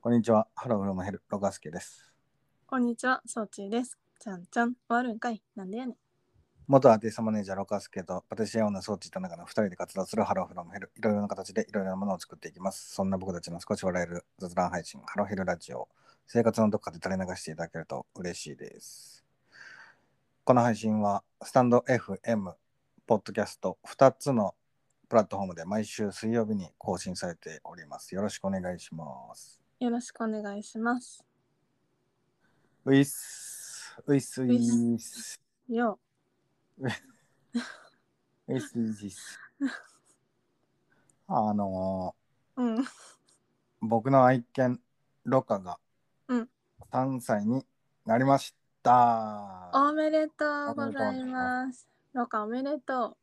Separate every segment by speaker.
Speaker 1: こんにちは。ハローフロムヘル、ロカスケです。
Speaker 2: こんにちは、そうちーです。ちゃんちゃん、終わるんかいなんでやねん。
Speaker 1: 元アーティストマネージャー、ロカスケと、パティシエオーナー、装置田中の2人で活動するハローフロムヘル、いろいろな形でいろいろなものを作っていきます。そんな僕たちの少し笑える雑談配信、ハローヘルラジオ、生活のどっかで垂れ流していただけると嬉しいです。この配信は、スタンド FM、ポッドキャスト、2つのプラットフォームで毎週水曜日に更新されております。よろしくお願いします。
Speaker 2: よろしくお願いします。
Speaker 1: ういっす、ういっす、ういっす。
Speaker 2: よ
Speaker 1: え、すじす。あの
Speaker 2: う。うん。
Speaker 1: ー僕の愛犬、ロカが
Speaker 2: うん
Speaker 1: 3歳になりました。
Speaker 2: おめでとうございます。ロカおめでと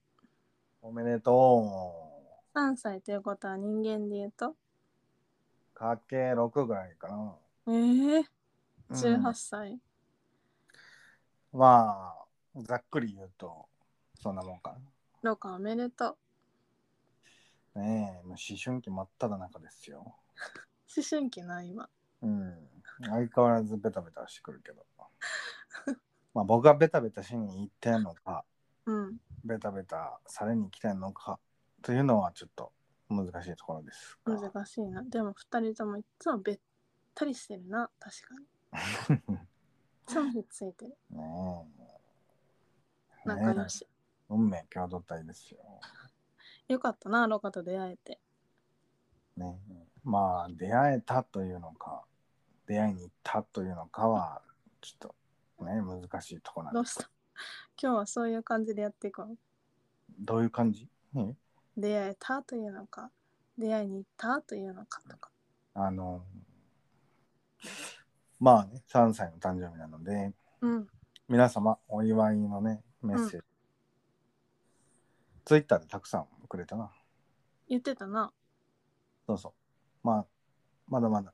Speaker 1: おめでと
Speaker 2: う。3歳ということは人間で言うと。
Speaker 1: う。かけ6ぐらいかな。
Speaker 2: ええ
Speaker 1: うん
Speaker 2: 18歳。
Speaker 1: まあ、ざっくり言うと、そんなもんか
Speaker 2: ロカおめでとう。
Speaker 1: な。ねえ、もう思春期真っ只中ですよ。
Speaker 2: 思春期な、今。
Speaker 1: うん。相変わらずベタベタしてくるけ ど。まあ、僕がベタベタしに行ってんのか。
Speaker 2: うん。
Speaker 1: ベタベタされに来てんのかというのはちょっと難しいところですが。
Speaker 2: 難しいな。でも2人ともいつもべったりしてるな。確かに。いつもひっついてる。
Speaker 1: ねえ。
Speaker 2: 仲
Speaker 1: ね
Speaker 2: 良
Speaker 1: え
Speaker 2: し。
Speaker 1: 運命共同体ですよ。
Speaker 2: よかったな、ロカと出会えて。
Speaker 1: ねえまあ出会えたというのか出会いに行ったというのかはちょっとね難しいところな
Speaker 2: ど
Speaker 1: ん
Speaker 2: う
Speaker 1: です。
Speaker 2: した 今日はそういう感じでやっていこう。
Speaker 1: どういう感じ、ね、
Speaker 2: 出会えたというのか出会いに行ったというのかとか
Speaker 1: あのまあね3歳の誕生日なので
Speaker 2: うん
Speaker 1: 皆様お祝いのねメッセージ、ツイッターでたくさんくれたな。
Speaker 2: 言ってたな
Speaker 1: そうそう。まあ、まだまだ、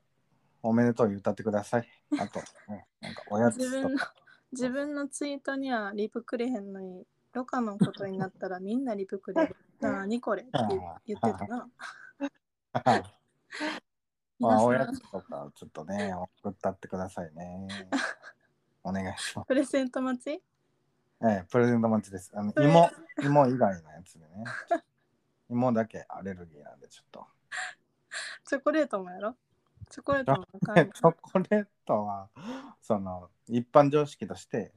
Speaker 1: おめでとう歌ってください。あと、ね、なんかおやつ
Speaker 2: 自
Speaker 1: と
Speaker 2: 分の
Speaker 1: か。
Speaker 2: 自分のツイートにはリプくれへんのにロカのことになった らみんなリプくれるなにこれって言ってたな
Speaker 1: ま
Speaker 2: 皆
Speaker 1: あ、お
Speaker 2: さ
Speaker 1: や
Speaker 2: ん
Speaker 1: つとか、ちょっとね、送ったってくださいね。お願いします。
Speaker 2: プレゼント待ち
Speaker 1: ええ、プレゼント待ちです。あの
Speaker 2: それ
Speaker 1: 芋、芋以外のやつでね。芋だけアレルギーなんで、ちょっと。
Speaker 2: チョコレートもやろチョコレートも買
Speaker 1: え
Speaker 2: え
Speaker 1: チョコレートは、その、一般常識として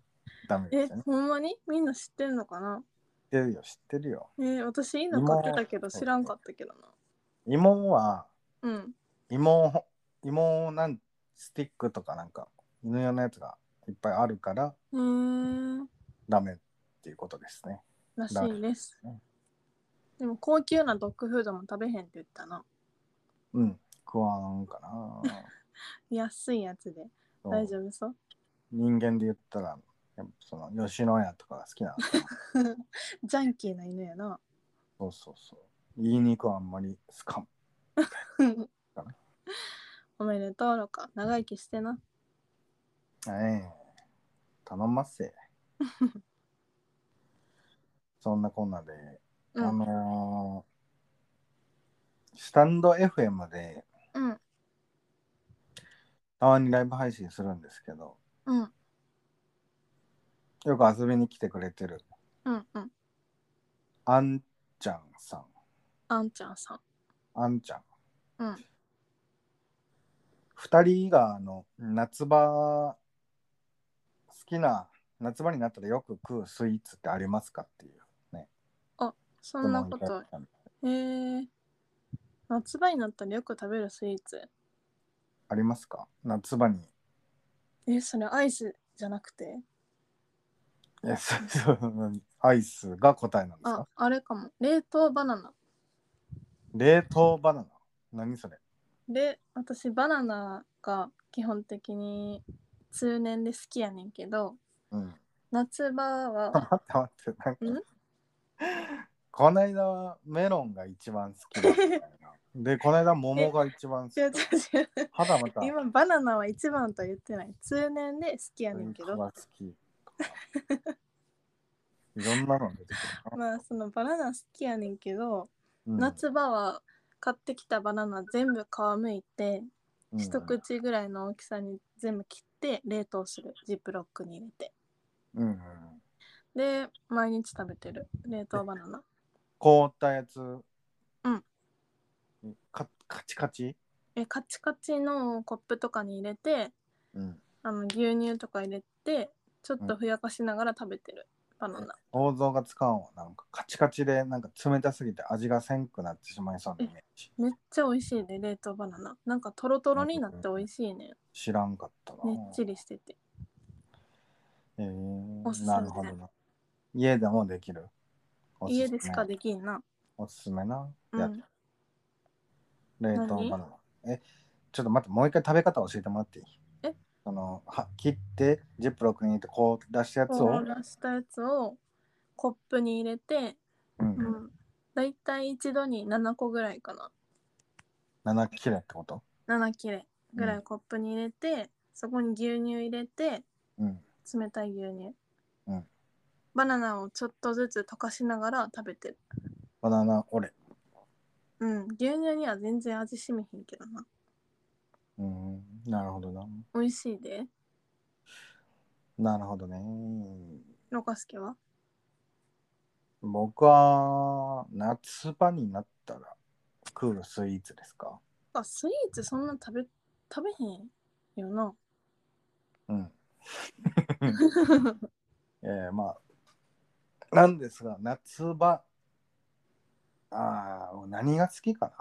Speaker 1: ダメで
Speaker 2: え
Speaker 1: すよね。
Speaker 2: ほんまにみんな知ってんのかな
Speaker 1: 知ってるよ、知ってるよ。
Speaker 2: えー私いいの買ってたけど
Speaker 1: 芋
Speaker 2: 知らんかったけどな
Speaker 1: 芋は、
Speaker 2: うん
Speaker 1: 芋芋なんスティックとかなんか犬用のやつがいっぱいあるから
Speaker 2: へえー、
Speaker 1: ダメっていうことですね。
Speaker 2: らしいです
Speaker 1: だね
Speaker 2: でも高級なドッグフードも食べへんって言ったな
Speaker 1: うん。食わんか な。
Speaker 2: 安いやつで
Speaker 1: そう
Speaker 2: 大丈夫そう
Speaker 1: 人間で言ったらやっぱその吉野家とかが好きなのか な。
Speaker 2: ジャンキーな犬やな
Speaker 1: そうそうそう。言いにくはあんまり好かん。
Speaker 2: おめでとうろか長生きしてな
Speaker 1: ええ頼ま せ。そんなこんなで、
Speaker 2: う
Speaker 1: あ
Speaker 2: ん
Speaker 1: のースタンド FM で
Speaker 2: うん
Speaker 1: たまにライブ配信するんですけど、
Speaker 2: うん
Speaker 1: よく遊びに来てくれてる
Speaker 2: うんうん
Speaker 1: あんちゃんさん。
Speaker 2: あんちゃんさん
Speaker 1: あんちゃん。
Speaker 2: うん
Speaker 1: 二人があの夏場好きな夏場になったらよく食うスイーツってありますかっていう
Speaker 2: そんなこと
Speaker 1: 質問をいただいたんで
Speaker 2: へえ夏場になったらよく食べるスイーツ
Speaker 1: ありますか夏場に。
Speaker 2: えそれアイスじゃなくて
Speaker 1: いやそうそうアイスが答えなんです
Speaker 2: あ
Speaker 1: か
Speaker 2: あれかも冷凍バナナ
Speaker 1: 冷凍バナナ。何それ
Speaker 2: で私バナナが基本的に通年で好きやねんけど
Speaker 1: うん。
Speaker 2: 夏場は
Speaker 1: 待って待って。なんか
Speaker 2: ん
Speaker 1: この間はメロンが一番好きだったよなで、この間桃が一番好き
Speaker 2: 違う違。う違う
Speaker 1: はたまた。
Speaker 2: 今バナナは一番とは言ってない通年で好きやねんけ
Speaker 1: スイーツ
Speaker 2: ど
Speaker 1: は好きとかいろんなの出てくるな、
Speaker 2: まあそのバナナ好きやねんけど、
Speaker 1: うん
Speaker 2: 夏場は買ってきたバナナ全部皮むいて
Speaker 1: うん
Speaker 2: 一口ぐらいの大きさに全部切って冷凍するジップロックに入れて
Speaker 1: うんうん、
Speaker 2: で毎日食べてる冷凍バナナ
Speaker 1: 凍ったやつ。
Speaker 2: ん
Speaker 1: かカチカチ、
Speaker 2: えカチカチのコップとかに入れて
Speaker 1: うん、
Speaker 2: あの牛乳とか入れてちょっとふやかしながら食べてるバナナ
Speaker 1: 想像がつかんわ。なんかカチカチでなんか冷たすぎて味がせんくなってしまいそうなイメージ。
Speaker 2: めっちゃ美味しいで冷凍バナナなんかトロトロになって美味しいね
Speaker 1: 知らんかったな。
Speaker 2: ねっちりしてて
Speaker 1: えー
Speaker 2: おすすめ
Speaker 1: なるほどな。家でもできる。おすすめ
Speaker 2: 家でしかできんな
Speaker 1: おすすめな。
Speaker 2: う
Speaker 1: や
Speaker 2: ん
Speaker 1: 冷凍バナナ。え、ちょっと待って、もう一回食べ方教えてもらっていい
Speaker 2: え
Speaker 1: そのは切って、ジップロックに入れて、こう出したやつを
Speaker 2: 凍、らしたやつをコップに入れて
Speaker 1: うん
Speaker 2: うんだいたい一度に7個ぐらいかな
Speaker 1: 7切れってこと
Speaker 2: 7切れぐらいコップに入れて、そこに牛乳入れて
Speaker 1: うん。
Speaker 2: 冷たい牛乳、
Speaker 1: うん
Speaker 2: バナナをちょっとずつ溶かしながら食べてる
Speaker 1: バナナオレ。
Speaker 2: うん牛乳には全然味しみひんけどな
Speaker 1: うん、なるほどな。
Speaker 2: 美味しいで
Speaker 1: なるほどね。
Speaker 2: ロカスケは
Speaker 1: 僕は夏場になったら食うスイーツですか
Speaker 2: あスイーツそんな食べ食べへんよ な
Speaker 1: うん。えー、まあ、なんですが、夏場、ああ、何が好きか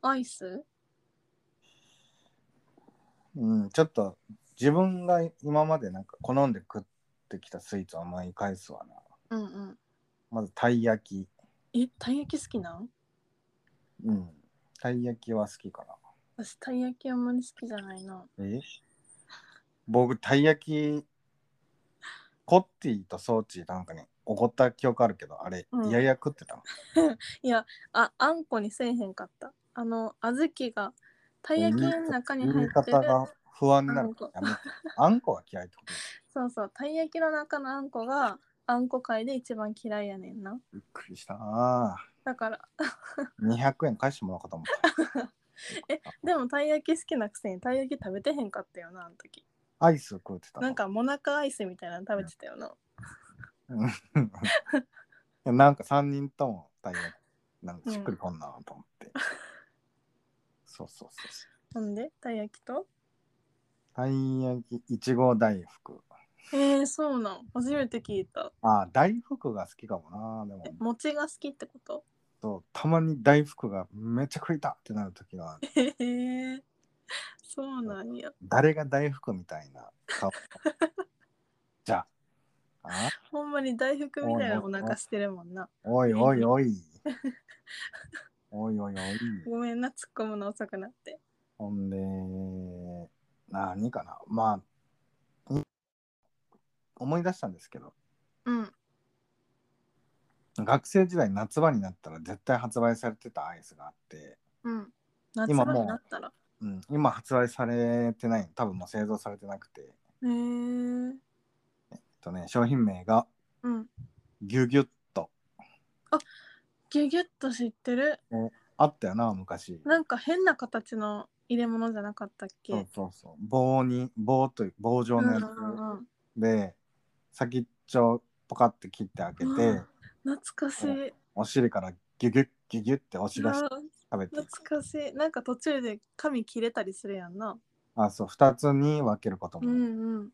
Speaker 2: アイス
Speaker 1: な。うん、ちょっと自分が今までなんか好んで食ってきたスイーツを思い返すわな。
Speaker 2: うんうん
Speaker 1: まず、たい焼き。
Speaker 2: えたい焼き好きなん
Speaker 1: うん。たい焼きは好きか
Speaker 2: 私たい焼きあんまり好きじゃないな
Speaker 1: な。え僕、たい焼き、コッティとソーチなんかに怒った記憶あるけど、あれ、
Speaker 2: うん
Speaker 1: いやいや食ってたの。
Speaker 2: いやああんこにせえへんかったあの小豆がたい焼きの中に
Speaker 1: 言
Speaker 2: 入
Speaker 1: い
Speaker 2: ってる
Speaker 1: 方が不安になるからやめて。あんこは嫌いってこと
Speaker 2: そうそうたい焼きの中のあんこがあんこ界で一番嫌いやねんな
Speaker 1: びっくりした。ああ、
Speaker 2: だから
Speaker 1: 200円返してもらおうかと思った。
Speaker 2: でもたい焼き好きなくせにたい焼き食べてへんかったよなあの時
Speaker 1: アイス食うてたの。
Speaker 2: なんかモナカアイスみたいなの食べてたよな
Speaker 1: うん。 いやなんか3人とも大変、なんかしっくりこんなと思 って。そうそうそうそう。
Speaker 2: なんでたい焼きと
Speaker 1: たい焼き、いちご大福。
Speaker 2: えー、そうなん初めて聞いた
Speaker 1: ああ、大福が好きかもな。でも
Speaker 2: え、餅が好きってこと
Speaker 1: そうたまに大福がめっちゃ食いたってなるときは、
Speaker 2: へえー、そうなんや
Speaker 1: 誰が大福みたいな 顔。じゃあ。あ
Speaker 2: ほんまに大福みたいなお腹してるもんな
Speaker 1: おいおいおい。おいおいおい。
Speaker 2: ごめんな突っ込むの遅くなって
Speaker 1: ほんで、何かな。まあ、ん思い出したんですけど、
Speaker 2: うん
Speaker 1: 学生時代夏場になったら絶対発売されてたアイスがあって、
Speaker 2: うん夏
Speaker 1: 今
Speaker 2: 場
Speaker 1: もう
Speaker 2: になったら
Speaker 1: うん、今発売されてない、多分もう製造されてなくて、えっ
Speaker 2: へえー、
Speaker 1: とね、商品名が
Speaker 2: うん
Speaker 1: ギュギュッと。
Speaker 2: ギュギュッと知ってる
Speaker 1: あったよな、昔。
Speaker 2: なんか変な形の入れ物じゃなかったっけ
Speaker 1: そうそうそう。棒に、棒という、棒状のやつ
Speaker 2: うんうんうん
Speaker 1: で、先っちょポカって切って開けて、
Speaker 2: うん懐かしい
Speaker 1: お尻からギュギュッギュギュって押し出
Speaker 2: あ
Speaker 1: し
Speaker 2: ー
Speaker 1: て食べてい
Speaker 2: 懐
Speaker 1: く。
Speaker 2: かしいなんか途中で髪切れたりするやんな
Speaker 1: あ、そう、二つに分けること
Speaker 2: う
Speaker 1: も。
Speaker 2: んうん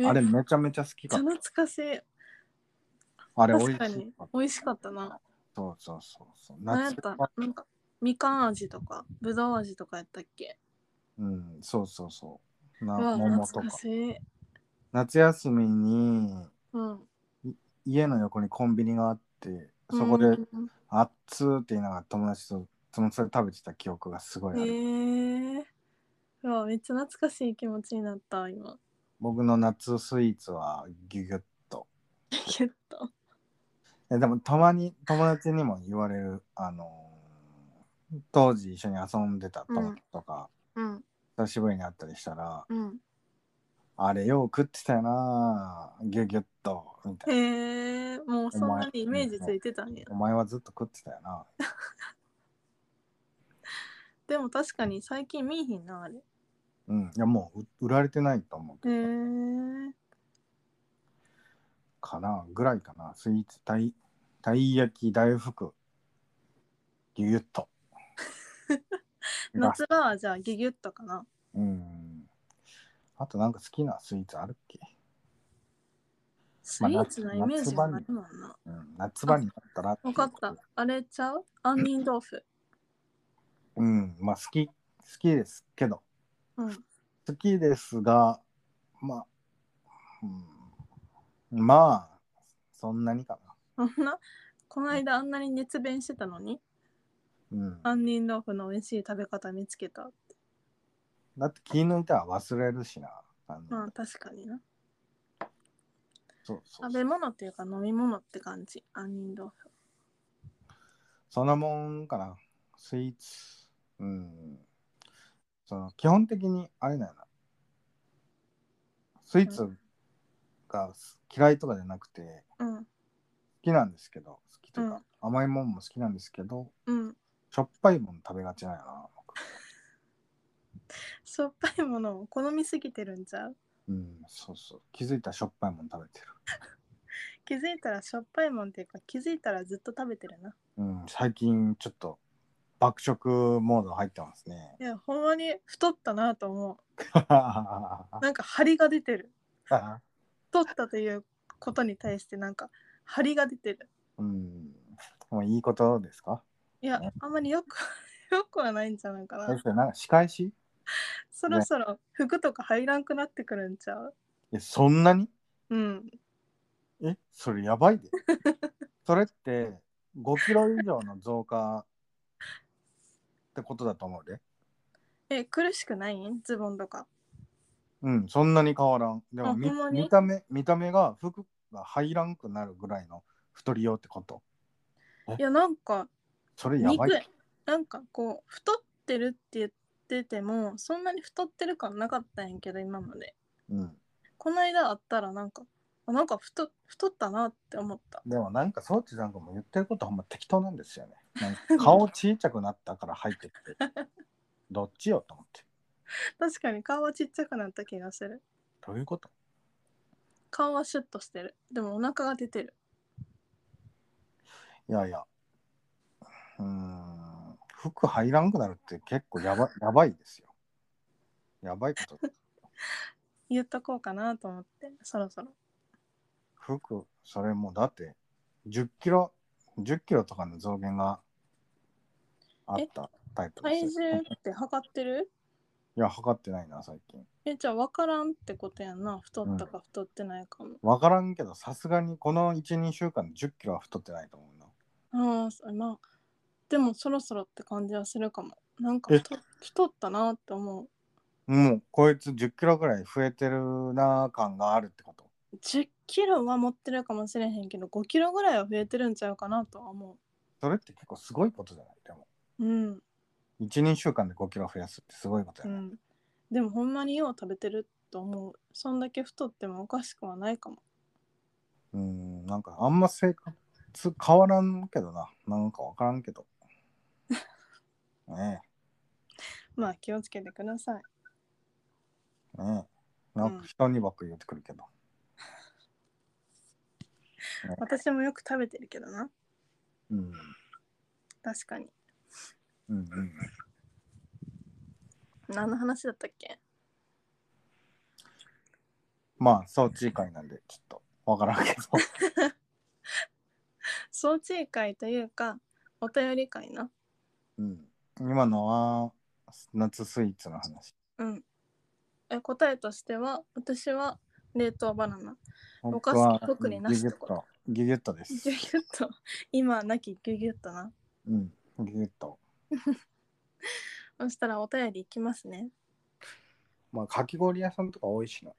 Speaker 2: え
Speaker 1: あれ
Speaker 2: めっ
Speaker 1: めちゃめちゃ好き
Speaker 2: ちゃ
Speaker 1: かった。
Speaker 2: 懐かしい
Speaker 1: あれ美味
Speaker 2: 確
Speaker 1: し
Speaker 2: か
Speaker 1: い
Speaker 2: に。美味しかったな
Speaker 1: そうそうそうそう。
Speaker 2: 何やっ
Speaker 1: 夏
Speaker 2: たなんかみかん味とかぶどう味とかやったっけ
Speaker 1: うん、そうそうそう。
Speaker 2: う
Speaker 1: な
Speaker 2: わ
Speaker 1: 桃と
Speaker 2: 懐
Speaker 1: か
Speaker 2: か。しい
Speaker 1: 夏休みに
Speaker 2: うん
Speaker 1: 家の横にコンビニがあって、そこで
Speaker 2: うん
Speaker 1: あっつーって言いながら友達と友達と食べてた記憶がすごいあ
Speaker 2: へ
Speaker 1: る。
Speaker 2: えうわめっちゃ懐かしい気持ちになった 今
Speaker 1: 僕の夏スイーツはギュギュッと。
Speaker 2: ギュッと
Speaker 1: えでもたまに友達にも言われる、あのー当時一緒に遊んでた友達とか、
Speaker 2: うん
Speaker 1: 久しぶりに会ったりしたら、
Speaker 2: うん
Speaker 1: あれよう食ってたよなギュギュッとみたいな、
Speaker 2: へえもうそんなにイメージついてたんや
Speaker 1: お前はずっと食ってたよな
Speaker 2: でも確かに最近見いひんな、あれ。へ
Speaker 1: うん。いや、もうう売られてないと思うけ
Speaker 2: え
Speaker 1: ど、かな、ぐらいかな。スイーツ、たい、たい焼き、大福、ぎゅぎゅっ と。が
Speaker 2: 夏場はじゃあギュギュッとかな。
Speaker 1: うん。あとなんか好きなスイーツあるっけ、
Speaker 2: スイーツのイメージがないもんな。
Speaker 1: うん、夏場になったら
Speaker 2: わかった。。あれちゃう杏仁豆腐。
Speaker 1: うん。まあ、好き、好きですけど。
Speaker 2: うん。
Speaker 1: 好きですが、まあ、うん、まあ、そんなにか
Speaker 2: そんな、この間あんなに熱弁してたのに、
Speaker 1: な。うん、
Speaker 2: 杏仁豆腐の美味しい食べ方見つけた。
Speaker 1: だって気抜いたら忘れるしな。あの
Speaker 2: まあ確かにな。
Speaker 1: そうそう
Speaker 2: 食べ物っていうか飲み物って感じ。杏仁豆腐。
Speaker 1: そんなもんかな。スイーツ。うん。その基本的にあれだよな。スイーツが嫌いとかじゃなくて、
Speaker 2: うん。
Speaker 1: 好きなんですけど、好きというか、甘いもんも好きなんですけど、
Speaker 2: うん。
Speaker 1: しょっぱいもん食べがちなんやな。僕
Speaker 2: しょっぱいものを好みすぎてるんちゃう
Speaker 1: うん、そうそう。気づいたらしょっぱいもん食べてる。
Speaker 2: 気づいたらしょっぱいもんっていうか気づいたらずっと食べてるな。
Speaker 1: うん、最近ちょっと爆食モード入ってますね。
Speaker 2: いや、ほんまに太ったなと思う。
Speaker 1: あ
Speaker 2: なんか張りが出てる。太ったということに対してなんか張りが出てる。
Speaker 1: うん、もういいことですか。
Speaker 2: いや
Speaker 1: ね、
Speaker 2: あんまりよく よくはないんじゃないか
Speaker 1: え
Speaker 2: な。
Speaker 1: それなんか仕返しい
Speaker 2: そろそろ服とか入らんくなってくるんちゃう
Speaker 1: やそんなに
Speaker 2: うん。
Speaker 1: えそれやば いで。それって5キロ以上の増加ってことだと思うで。
Speaker 2: え、苦しくないんズボンとか。
Speaker 1: うん、そんなに変わらん。でも
Speaker 2: あ
Speaker 1: み
Speaker 2: ほんまに
Speaker 1: 見た目見た目が服が入らんくなるぐらいの太りようってこと。
Speaker 2: いや、なんか
Speaker 1: それやば
Speaker 2: 肉
Speaker 1: い。
Speaker 2: なんかこう太ってるって言っててもそんなに太ってる感なかったんやけど今まで
Speaker 1: うん。
Speaker 2: この間あったらなんかあなんか太太ったなって思った
Speaker 1: でもなんか装置なんかも言ってることほんま適当なんですよね。なんか顔小さくなったから入ってき て。どっちよと思って。
Speaker 2: 確かに顔はちっちゃくなった気がする
Speaker 1: どういうこと
Speaker 2: 顔はシュッとしてるでもお腹が出てる
Speaker 1: いやいや。うーん。服入らんくなるって結構や ばやばいですよ。やばいこと。
Speaker 2: 言っとこうかなと思ってそろそろ
Speaker 1: 服、それもうだって10キロ、10キロとかの増減があったタイプ
Speaker 2: 体
Speaker 1: ですよ。
Speaker 2: 重っ
Speaker 1: い
Speaker 2: て測ってる
Speaker 1: や、測ってないな、最近。
Speaker 2: えじゃあ分からんってことやんな太ったか太ってないかも、
Speaker 1: わからんけど、さすがにこの1、2週間で10キロは太ってないと思うな。
Speaker 2: ああそまあでもそろそろって感じはするかもなんか
Speaker 1: え
Speaker 2: 太太ったなって思う
Speaker 1: もうこいつ10キロぐらい増えてるな感があるってこと。
Speaker 2: 10キロは持ってるかもしれへんけど5キロぐらいは増えてるんちゃうかなとは思
Speaker 1: それって結構すごいことじゃないでも。
Speaker 2: ううん
Speaker 1: 1、2週間で5キロ増やすってすごいこと
Speaker 2: う
Speaker 1: やない、
Speaker 2: んでもほんまによう食べてると思うそんだけ太ってもおかしくはないかも
Speaker 1: うーん、なんかあんま生活変わらんけどな。なんかわからんけど。 ね
Speaker 2: まあ気をつけてください
Speaker 1: え、ねえ。なんか人にばっかり言ってくるけど。
Speaker 2: 私もよく食べてるけどな
Speaker 1: うん。
Speaker 2: 確かに
Speaker 1: うんうん。
Speaker 2: 何の話だったっけ
Speaker 1: まあ、そう、次回なんで、ちょっとわからん けど。
Speaker 2: 総知会というかお便り会な
Speaker 1: うん。今のは、夏スイーツの話。
Speaker 2: うんえ答えとしては私は冷凍バナナお
Speaker 1: 僕
Speaker 2: 菓子
Speaker 1: は
Speaker 2: 特になし
Speaker 1: ギュギ
Speaker 2: って
Speaker 1: ュッ
Speaker 2: こと
Speaker 1: と、ギュギュッとです。
Speaker 2: ギュギュッと 今はなきギュギュッとな
Speaker 1: うん、ギュッと。
Speaker 2: そしたらお便りいきますね
Speaker 1: まあ、かき氷屋さんとか多いしな。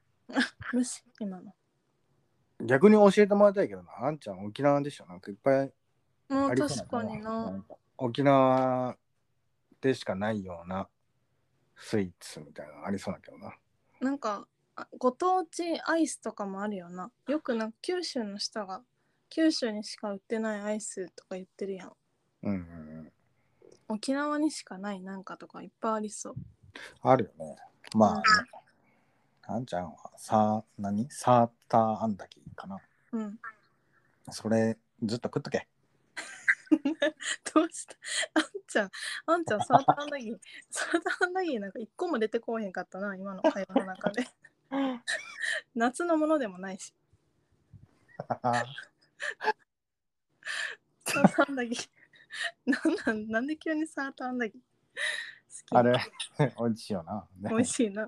Speaker 2: 無視今の
Speaker 1: 逆に教えてもらいたいけどな。あんちゃん、沖縄でしょなんかいっぱい
Speaker 2: も
Speaker 1: あ
Speaker 2: う
Speaker 1: りそうな
Speaker 2: 確かに
Speaker 1: な
Speaker 2: なん
Speaker 1: か沖縄でしかないようなスイーツみたいなのありそうだけどな。
Speaker 2: なんかあご当地アイスとかもあるよなよくなんか九州の下が九州にしか売ってないアイスとか言ってるやん
Speaker 1: うんうんうん。
Speaker 2: 沖縄にしかないなんかとかいっぱいありそう。
Speaker 1: あるよね。まあ、なんちゃんは、さ、何サーターアンダギーかな。
Speaker 2: うん。
Speaker 1: それ、ずっと食っとけ。
Speaker 2: どうした あんちゃん、あ んちゃん、サーターアンダギー、サーターアンダギーなんか一個も出てこうへんかったな、今の会話の中 で。夏のものでもないし、サーターアンダ ギー。なんなん、なんで急にサーターアンダギー好き
Speaker 1: あ れ、美味しいよな。ね
Speaker 2: 美味しいな。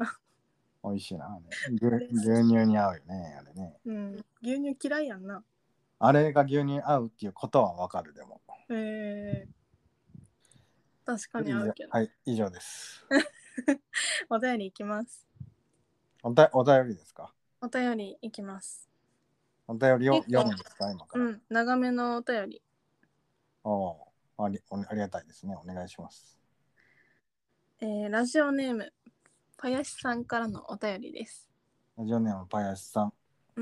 Speaker 1: 美味しいな、あれ牛。牛乳に合うよね、あれね。
Speaker 2: うん。牛乳嫌いやんな。
Speaker 1: あれが牛乳合うっていうことはわかるでも。
Speaker 2: えー。確かに合うけど。
Speaker 1: はい、以上です。
Speaker 2: お便りいきます。
Speaker 1: おたお便りですか
Speaker 2: お便りいきます。
Speaker 1: お便りを読むんですか今か
Speaker 2: う
Speaker 1: ら。
Speaker 2: ん、長めのお便り。
Speaker 1: おーありおありがたいですね。お願いします。
Speaker 2: えーラジオネーム、林さんからのお便りです。
Speaker 1: ラジオネームパヤシさん。
Speaker 2: え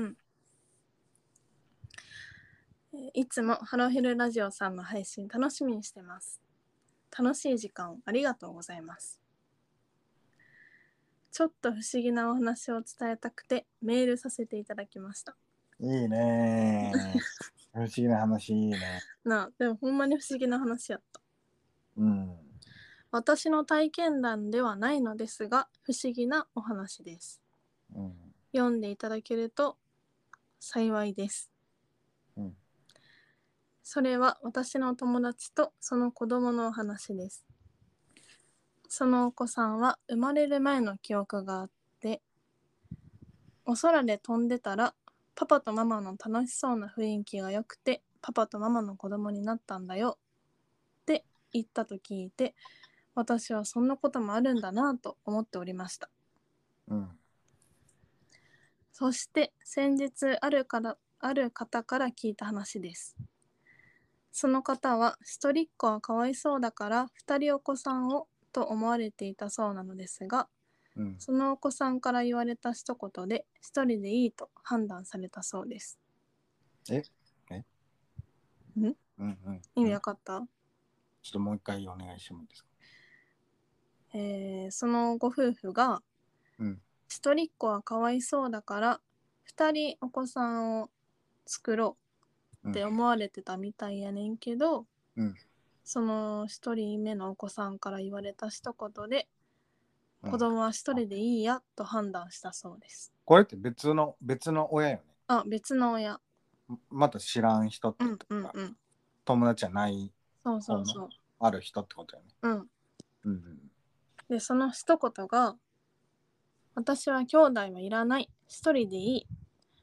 Speaker 2: ーいつもハローヘルラジオさんの配信楽しみにしてます。楽しい時間をありがとうございます。ちょっと不思議なお話を伝えたくてメールさせていただきました。
Speaker 1: いいねー。 不思議な話いいね。
Speaker 2: なあ、でもほんまに不思議な話やった。
Speaker 1: うん。
Speaker 2: 私の体験談ではないのですが、不思議なお話です。
Speaker 1: うん。
Speaker 2: 読んでいただけると幸いです。
Speaker 1: うん
Speaker 2: それは私の友達とその子供のお話です。そのお子さんは生まれる前の記憶があって、お空で飛んでたらパパとママの楽しそうな雰囲気が良くてパパとママの子供になったんだよって言ったと聞いて、私はそんなこともあるんだなぁと思っておりました。
Speaker 1: うん。
Speaker 2: そして先日あるからある方から聞いた話です。その方は一人っ子はかわいそうだから二人お子さんをと思われていたそうなのですが
Speaker 1: うん。
Speaker 2: そのお子さんから言われた一言で一人でいいと判断されたそうです。
Speaker 1: うん。うん。
Speaker 2: 意味わかった、
Speaker 1: ちょっともう一回お願いしてもいいですか
Speaker 2: えーそのご夫婦が
Speaker 1: うん。
Speaker 2: 一人っ子はかわいそうだから二人お子さんを作ろうって思われてたみたいやねんけど、
Speaker 1: うん
Speaker 2: その一人目のお子さんから言われた一言で
Speaker 1: うん
Speaker 2: 子供は一人でいいやと判断したそうです。
Speaker 1: これって別の別の親よね。
Speaker 2: あ別の親。
Speaker 1: また知らん人って
Speaker 2: う
Speaker 1: こ
Speaker 2: ん
Speaker 1: とか、
Speaker 2: うんうん。
Speaker 1: 友達じゃない
Speaker 2: そうそうそう。
Speaker 1: ある人ってことよね。
Speaker 2: うん、
Speaker 1: うんうん。
Speaker 2: でその一言が「私は兄弟はいらない一人でいい」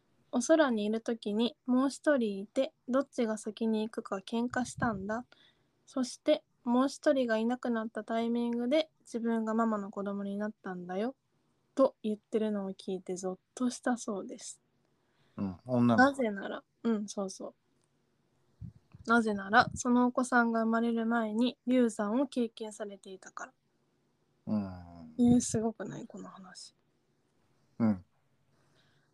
Speaker 2: 「お空にいる時にもう一人いてどっちが先に行くか喧嘩したんだ」「そしてもう一人がいなくなったタイミングで自分がママの子供になったんだよ」と言ってるのを聞いてゾッとしたそうです。
Speaker 1: うん、女
Speaker 2: な
Speaker 1: の子。
Speaker 2: ぜなら、うん、そうそう。なぜなら、そのお子さんが生まれる前に流産を経験されていたから。
Speaker 1: うん
Speaker 2: え。ー、すごくないこの話。
Speaker 1: うん。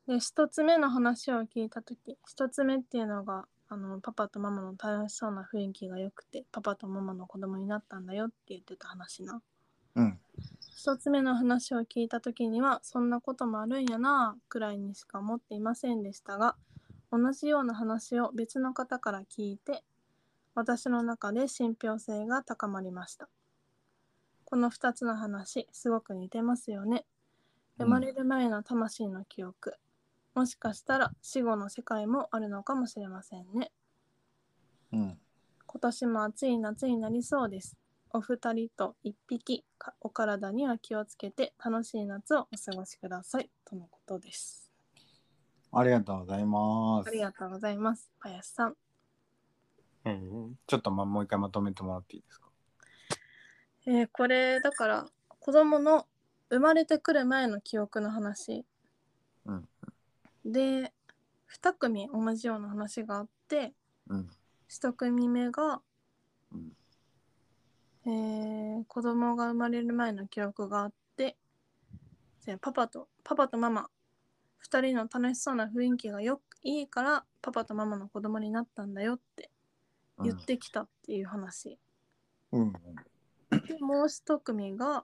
Speaker 2: で一つ目の話を聞いた時一つ目っていうのがあのパパとママの楽しそうな雰囲気が良くてパパとママの子供になったんだよって言ってた話な
Speaker 1: うん。
Speaker 2: 一つ目の話を聞いた時にはそんなこともあるんやなぁくらいにしか思っていませんでしたが同じような話を別の方から聞いて私の中で信憑性が高まりましたこの2つの話すごく似てますよね
Speaker 1: う
Speaker 2: 生
Speaker 1: ん
Speaker 2: まれる前の魂の記憶、もしかしたら死後の世界もあるのかもしれませんね
Speaker 1: うん。
Speaker 2: 今年も暑い夏になりそうです。お二人と一匹かお体には気をつけて楽しい夏をお過ごしくださいとのことです。
Speaker 1: ありがとうございます。
Speaker 2: ありがとうございます。林さん。
Speaker 1: うんちょっとまもう一回まとめてもらっていいですか
Speaker 2: えーこれだから子供の生まれてくる前の記憶の話、
Speaker 1: うん
Speaker 2: で2組同じような話があって
Speaker 1: うん。
Speaker 2: 1組目が、
Speaker 1: うん
Speaker 2: えー子供が生まれる前の記憶があってでパパとパパとママ2人の楽しそうな雰囲気がよくいいからパパとママの子供になったんだよって言ってきたっていう話。
Speaker 1: うん。
Speaker 2: でもう一組が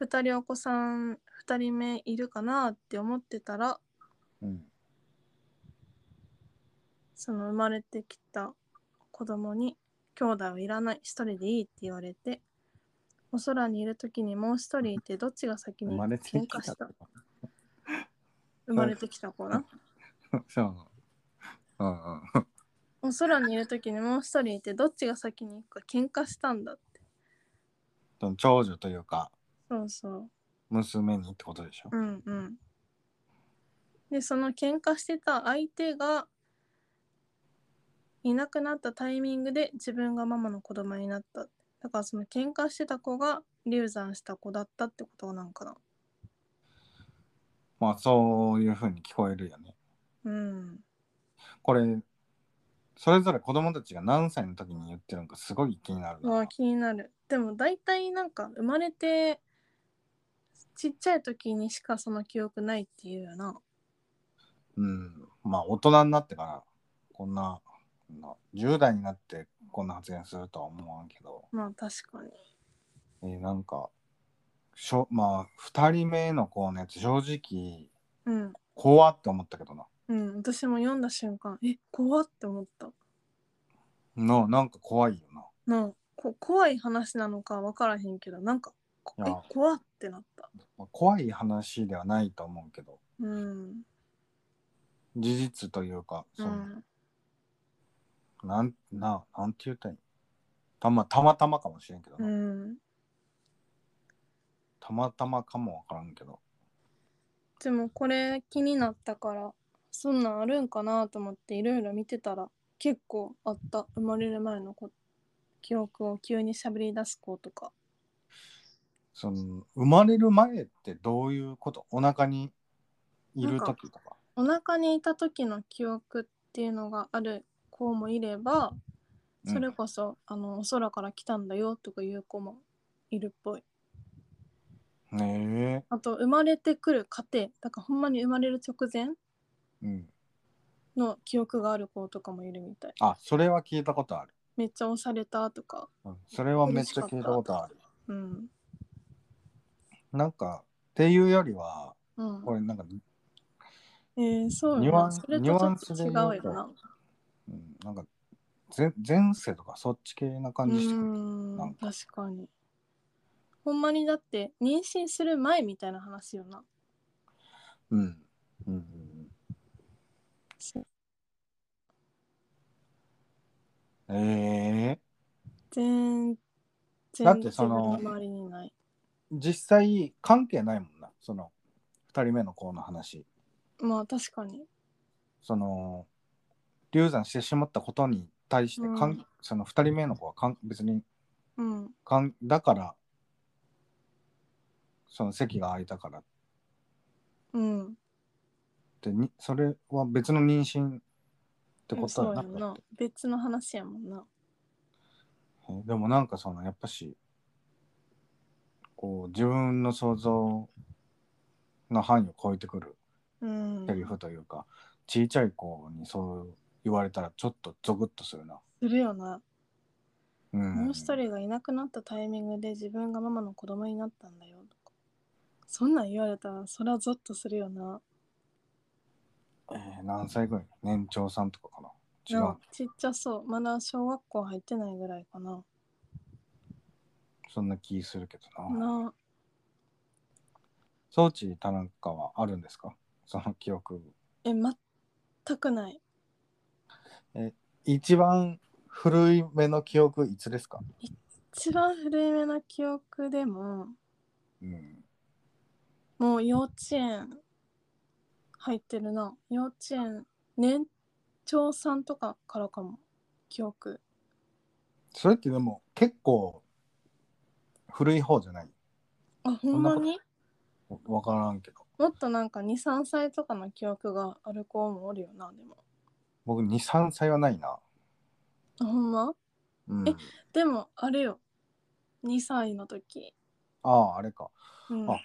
Speaker 2: 2人お子さん2人目いるかなって思ってたら
Speaker 1: うん。
Speaker 2: その生まれてきた子供に「兄弟はいらない一人でいい」って言われてお空にいる時にもう一人いてどっちが先
Speaker 1: 生
Speaker 2: に
Speaker 1: まれてき
Speaker 2: 喧
Speaker 1: たって
Speaker 2: 嘩した
Speaker 1: こと。
Speaker 2: 生まれてきた子な
Speaker 1: そう。うんうん。
Speaker 2: お空にいる時にもう一人いてどっちが先に行くか喧嘩したんだって
Speaker 1: その長女というか、
Speaker 2: そうそう
Speaker 1: 娘にってことでしょ。
Speaker 2: うんうんでその喧嘩してた相手がいなくなったタイミングで自分がママの子供になっただからその喧嘩してた子が流産した子だったってことなんかな
Speaker 1: まあ、そういうふうに聞こえるよね。
Speaker 2: うん
Speaker 1: これ、それぞれ子供たちが何歳の時に言ってるのかすごい気になるな。
Speaker 2: まあ気になるでも大体なんか生まれてちっちゃい時にしかその記憶ないっていうよな
Speaker 1: うん、まあ大人になってからこんなな10代になってこんな発言するとは思わんけど、
Speaker 2: まあ確かに
Speaker 1: えーなんかしょまあ2人目の子のやつ正直
Speaker 2: うん
Speaker 1: 怖って思ったけどな
Speaker 2: うん私も読んだ瞬間え怖って思った
Speaker 1: のなんか怖いよな
Speaker 2: なあこ怖い話なのか分からへんけどなんかこ
Speaker 1: い
Speaker 2: え
Speaker 1: や
Speaker 2: 怖ってなった
Speaker 1: まあ怖い話ではないと思うけど
Speaker 2: うん
Speaker 1: 事実というかそうの、
Speaker 2: ん
Speaker 1: なんななんて言ったらいいたまたまたまかもしれんけど
Speaker 2: う
Speaker 1: な、
Speaker 2: ん
Speaker 1: たまたまかもわからんけど
Speaker 2: でもこれ気になったからそんなんあるんかなと思っていろいろ見てたら結構あった生まれる前の子記憶を急に喋り出す子とか
Speaker 1: その生まれる前ってどういうことお腹にいる時とか。
Speaker 2: お腹にいた時の記憶っていうのがある子もいればそれこそ、あのお空から来たんだよとかいう子もいるっぽい
Speaker 1: うんね
Speaker 2: あと生まれてくる過程だからほんまに生まれる直前
Speaker 1: えうん。
Speaker 2: の記憶がある子とかもいるみたい
Speaker 1: あそれは聞いたことある。
Speaker 2: めっちゃ押されたとか
Speaker 1: うんそれはめっちゃ聞いたことある。
Speaker 2: うん
Speaker 1: なんかっていうよりは
Speaker 2: うん
Speaker 1: これなんか、
Speaker 2: えー、そう
Speaker 1: ニ
Speaker 2: よ
Speaker 1: ュア
Speaker 2: な
Speaker 1: ンス
Speaker 2: それとちょっと違う
Speaker 1: ニュアンスで言う
Speaker 2: よな
Speaker 1: とうん、なんか前前世とかそっち系な
Speaker 2: う
Speaker 1: 感じしてくるなんんか
Speaker 2: 確かにほんまにだって妊娠する前みたいな話よな
Speaker 1: うん。うんうんうんええ
Speaker 2: 全然
Speaker 1: だってその
Speaker 2: 自分周りにない
Speaker 1: 実際関係ないもんなその2人目の子の話
Speaker 2: まあ確かに
Speaker 1: その流産してしまったことに対してかん、
Speaker 2: うん
Speaker 1: その2人目の子はかん別に
Speaker 2: うん
Speaker 1: かんだからその席が空いたからっ
Speaker 2: うん
Speaker 1: てにそれは別の妊娠って
Speaker 2: うん
Speaker 1: こと
Speaker 2: そ
Speaker 1: は
Speaker 2: う
Speaker 1: な
Speaker 2: や
Speaker 1: く
Speaker 2: んな
Speaker 1: て、
Speaker 2: 別の話やもんな
Speaker 1: でもなんかそのやっぱしこう自分の想像の範囲を超えてくる
Speaker 2: うん
Speaker 1: セリフというか、ちいちゃい子にそう言われたらちょっとゾクッとするな。
Speaker 2: するよな
Speaker 1: うん、
Speaker 2: もう一人がいなくなったタイミングで自分がママの子供になったんだよとかそんなん言われたらそりゃゾッとするよな
Speaker 1: えー何歳ぐらい年長さんとかかな違
Speaker 2: な
Speaker 1: う。
Speaker 2: んかちっちゃそうまだ小学校入ってないぐらいかな
Speaker 1: そんな気するけどな。
Speaker 2: な
Speaker 1: 装置田中はあるんですかその記憶。
Speaker 2: え全くない
Speaker 1: 一番古い目の記憶いつですか、
Speaker 2: 一番古い目の記憶でも
Speaker 1: うん、
Speaker 2: もう幼稚園入ってるな幼稚園年長さんとかからかも記憶
Speaker 1: それってでも結構古い方じゃない
Speaker 2: あほんまに
Speaker 1: わわからんけど。
Speaker 2: もっとなんか23歳とかの記憶がある子もおるよなでも
Speaker 1: 僕2、3歳はないな。
Speaker 2: あほんま
Speaker 1: うん、
Speaker 2: えでもあれよ2歳の時、
Speaker 1: ああ、あれか。
Speaker 2: うん
Speaker 1: あ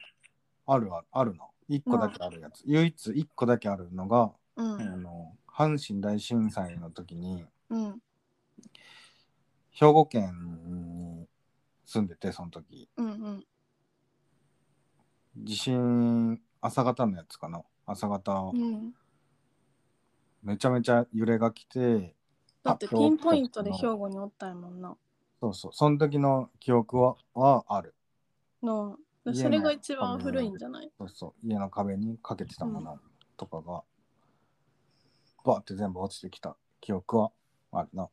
Speaker 1: あるあるあるな。1個だけあるやつ。唯一1個だけあるのが、
Speaker 2: うん
Speaker 1: あの阪神大震災の時に
Speaker 2: うん
Speaker 1: 兵庫県に住んでてその時
Speaker 2: うんうん
Speaker 1: 地震朝方のやつかな朝方
Speaker 2: うん
Speaker 1: めちゃめちゃ揺れが来て
Speaker 2: だってピンポイントで兵庫におったやもんな
Speaker 1: そうそうその時の記憶ははある
Speaker 2: の
Speaker 1: 家の
Speaker 2: それが一番古いんじゃない
Speaker 1: そうそう家の壁にかけてたものとかが、バーって全部落ちてきた記憶はあるな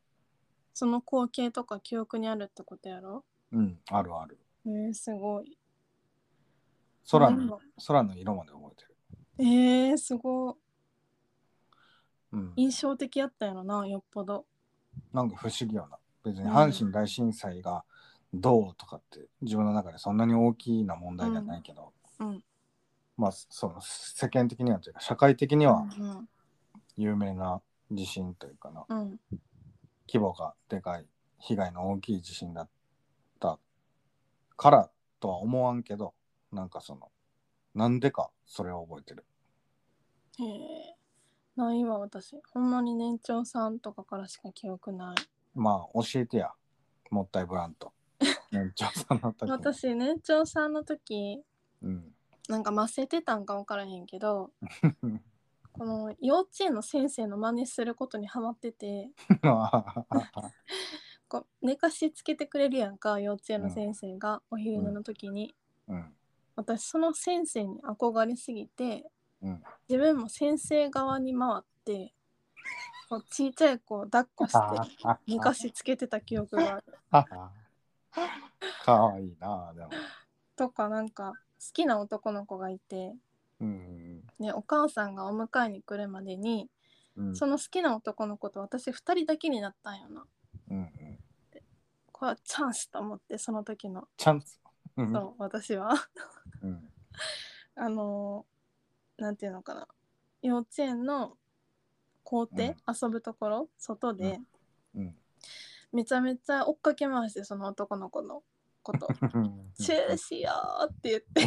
Speaker 2: その光景とか記憶にあるってことやろ
Speaker 1: うんあるある
Speaker 2: えー、すごい
Speaker 1: 空
Speaker 2: なん
Speaker 1: の
Speaker 2: か
Speaker 1: 空の色まで覚えてる
Speaker 2: えー、すご
Speaker 1: うん
Speaker 2: い印象的やったやろなよっぽど
Speaker 1: なんか不思議よな別に
Speaker 2: うん
Speaker 1: 阪神大震災がどうとかって自分の中でそんなに大きな問題じゃないけど、
Speaker 2: うん
Speaker 1: まあその世間的にはというか社会的には
Speaker 2: うん
Speaker 1: 有名な地震というかな
Speaker 2: うん
Speaker 1: 規模がでかい被害の大きい地震だったからとは思わんけどなんかそのなんでかそれを覚えてる
Speaker 2: へえないわ私ほんまに年長さんとかからしか記憶ない
Speaker 1: まあ教えてやもったいぶらん と年長さんの時に
Speaker 2: 私年長さんの時
Speaker 1: うん
Speaker 2: なんかませてたんか分からへんけどこの幼稚園の先生の真似することにハマっててこう寝かしつけてくれるやんか幼稚園の先生が、お昼寝の時に、
Speaker 1: うん
Speaker 2: 私その先生に憧れすぎて
Speaker 1: うん
Speaker 2: 自分も先生側に回ってこう小さい子を抱っこして
Speaker 1: あ
Speaker 2: 寝かしつけてた記憶がある
Speaker 1: かわいいなでも
Speaker 2: とかなんか好きな男の子がいて、
Speaker 1: うん
Speaker 2: ね、お母さんがお迎えに来るまでに
Speaker 1: うん
Speaker 2: その好きな男の子と私2人だけになったんよな。
Speaker 1: うんうん
Speaker 2: これはチャンスと思ってその時の、
Speaker 1: チャンスうん
Speaker 2: そう私は
Speaker 1: うん
Speaker 2: あのーなんていうのかな幼稚園の校庭、遊ぶところ外で、
Speaker 1: うん
Speaker 2: めちゃめちゃ追っかけ回してその男の子のこと
Speaker 1: うんうん
Speaker 2: 「チューしよう」って言って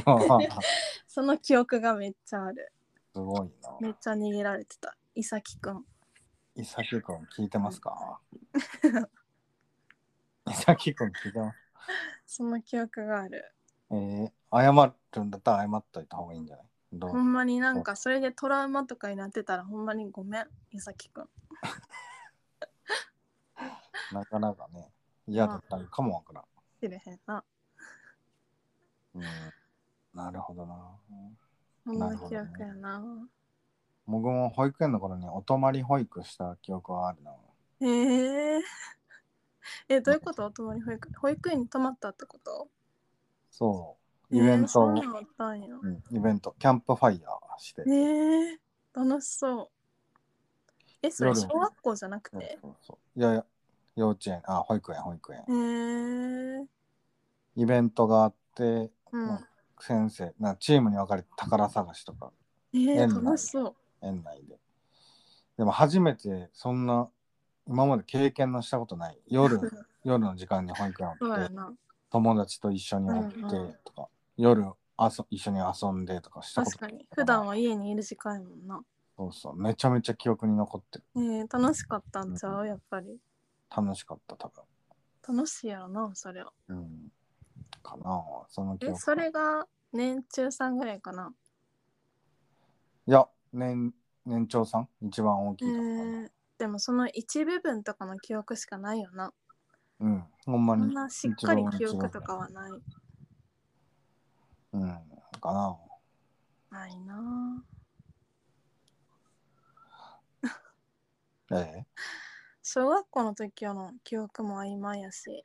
Speaker 1: す
Speaker 2: その記憶がめっちゃある
Speaker 1: ごい
Speaker 2: め
Speaker 1: な
Speaker 2: っちゃ逃げられてたいさきくん
Speaker 1: 伊崎くん聞いてます か伊崎くん聞いてます
Speaker 2: その記憶がある
Speaker 1: えー、謝るんだったら謝っといた方がいいんじゃないどう
Speaker 2: ほんまになんかそれでトラウマとかになってたらほんまにごめんいさきくん
Speaker 1: なかなかね嫌だったのかもわからん
Speaker 2: 知れへんな
Speaker 1: うん、なるほどな。
Speaker 2: そんな記憶やな
Speaker 1: 僕も保育園の頃にお泊まり保育した記憶はあるな。
Speaker 2: へえー、えどういうことお泊まり保育保育園に泊まったってこと
Speaker 1: そう、イベン
Speaker 2: えーそ
Speaker 1: ト
Speaker 2: ん
Speaker 1: を、
Speaker 2: なのあったんや
Speaker 1: うん、イベント、キャンプファイヤーして。
Speaker 2: えー、楽しそうえそれ
Speaker 1: 夜
Speaker 2: 小学校じゃなく
Speaker 1: そう
Speaker 2: て
Speaker 1: そうそういやいや、幼稚園、あ、保育園、保育園
Speaker 2: へ。えー、
Speaker 1: イベントがあって、
Speaker 2: うん
Speaker 1: 先生、なチームに分かれて宝探しとか、
Speaker 2: え
Speaker 1: 園内
Speaker 2: ー、楽しそう
Speaker 1: 園内で。でも初めて、そんな、今まで経験のしたことない。 夜、夜の時間に保育園を
Speaker 2: そう
Speaker 1: 行っ
Speaker 2: や
Speaker 1: て、
Speaker 2: な
Speaker 1: 友達と一緒におって
Speaker 2: うんうん
Speaker 1: とか、夜あそ一緒に遊んでとかしたこ
Speaker 2: 確
Speaker 1: と
Speaker 2: かに普段は家にいる時間やもんな
Speaker 1: そうそうめちゃめちゃ記憶に残ってる
Speaker 2: えー、楽しかったんちゃうやっぱり
Speaker 1: 楽しかった多
Speaker 2: 楽しいやろなそれは
Speaker 1: 分うんかなあその記
Speaker 2: え
Speaker 1: 憶
Speaker 2: それが年中さんぐらいかない
Speaker 1: や年年長さん一番大き
Speaker 2: え
Speaker 1: いとこかな、
Speaker 2: ー、でもその一部分とかの記憶しかないよな
Speaker 1: うんほんま
Speaker 2: そん
Speaker 1: に
Speaker 2: なしっかり記憶とかはない。
Speaker 1: うんかな
Speaker 2: ないなぁ
Speaker 1: あええ
Speaker 2: 小学校の時の記憶も曖昧やし。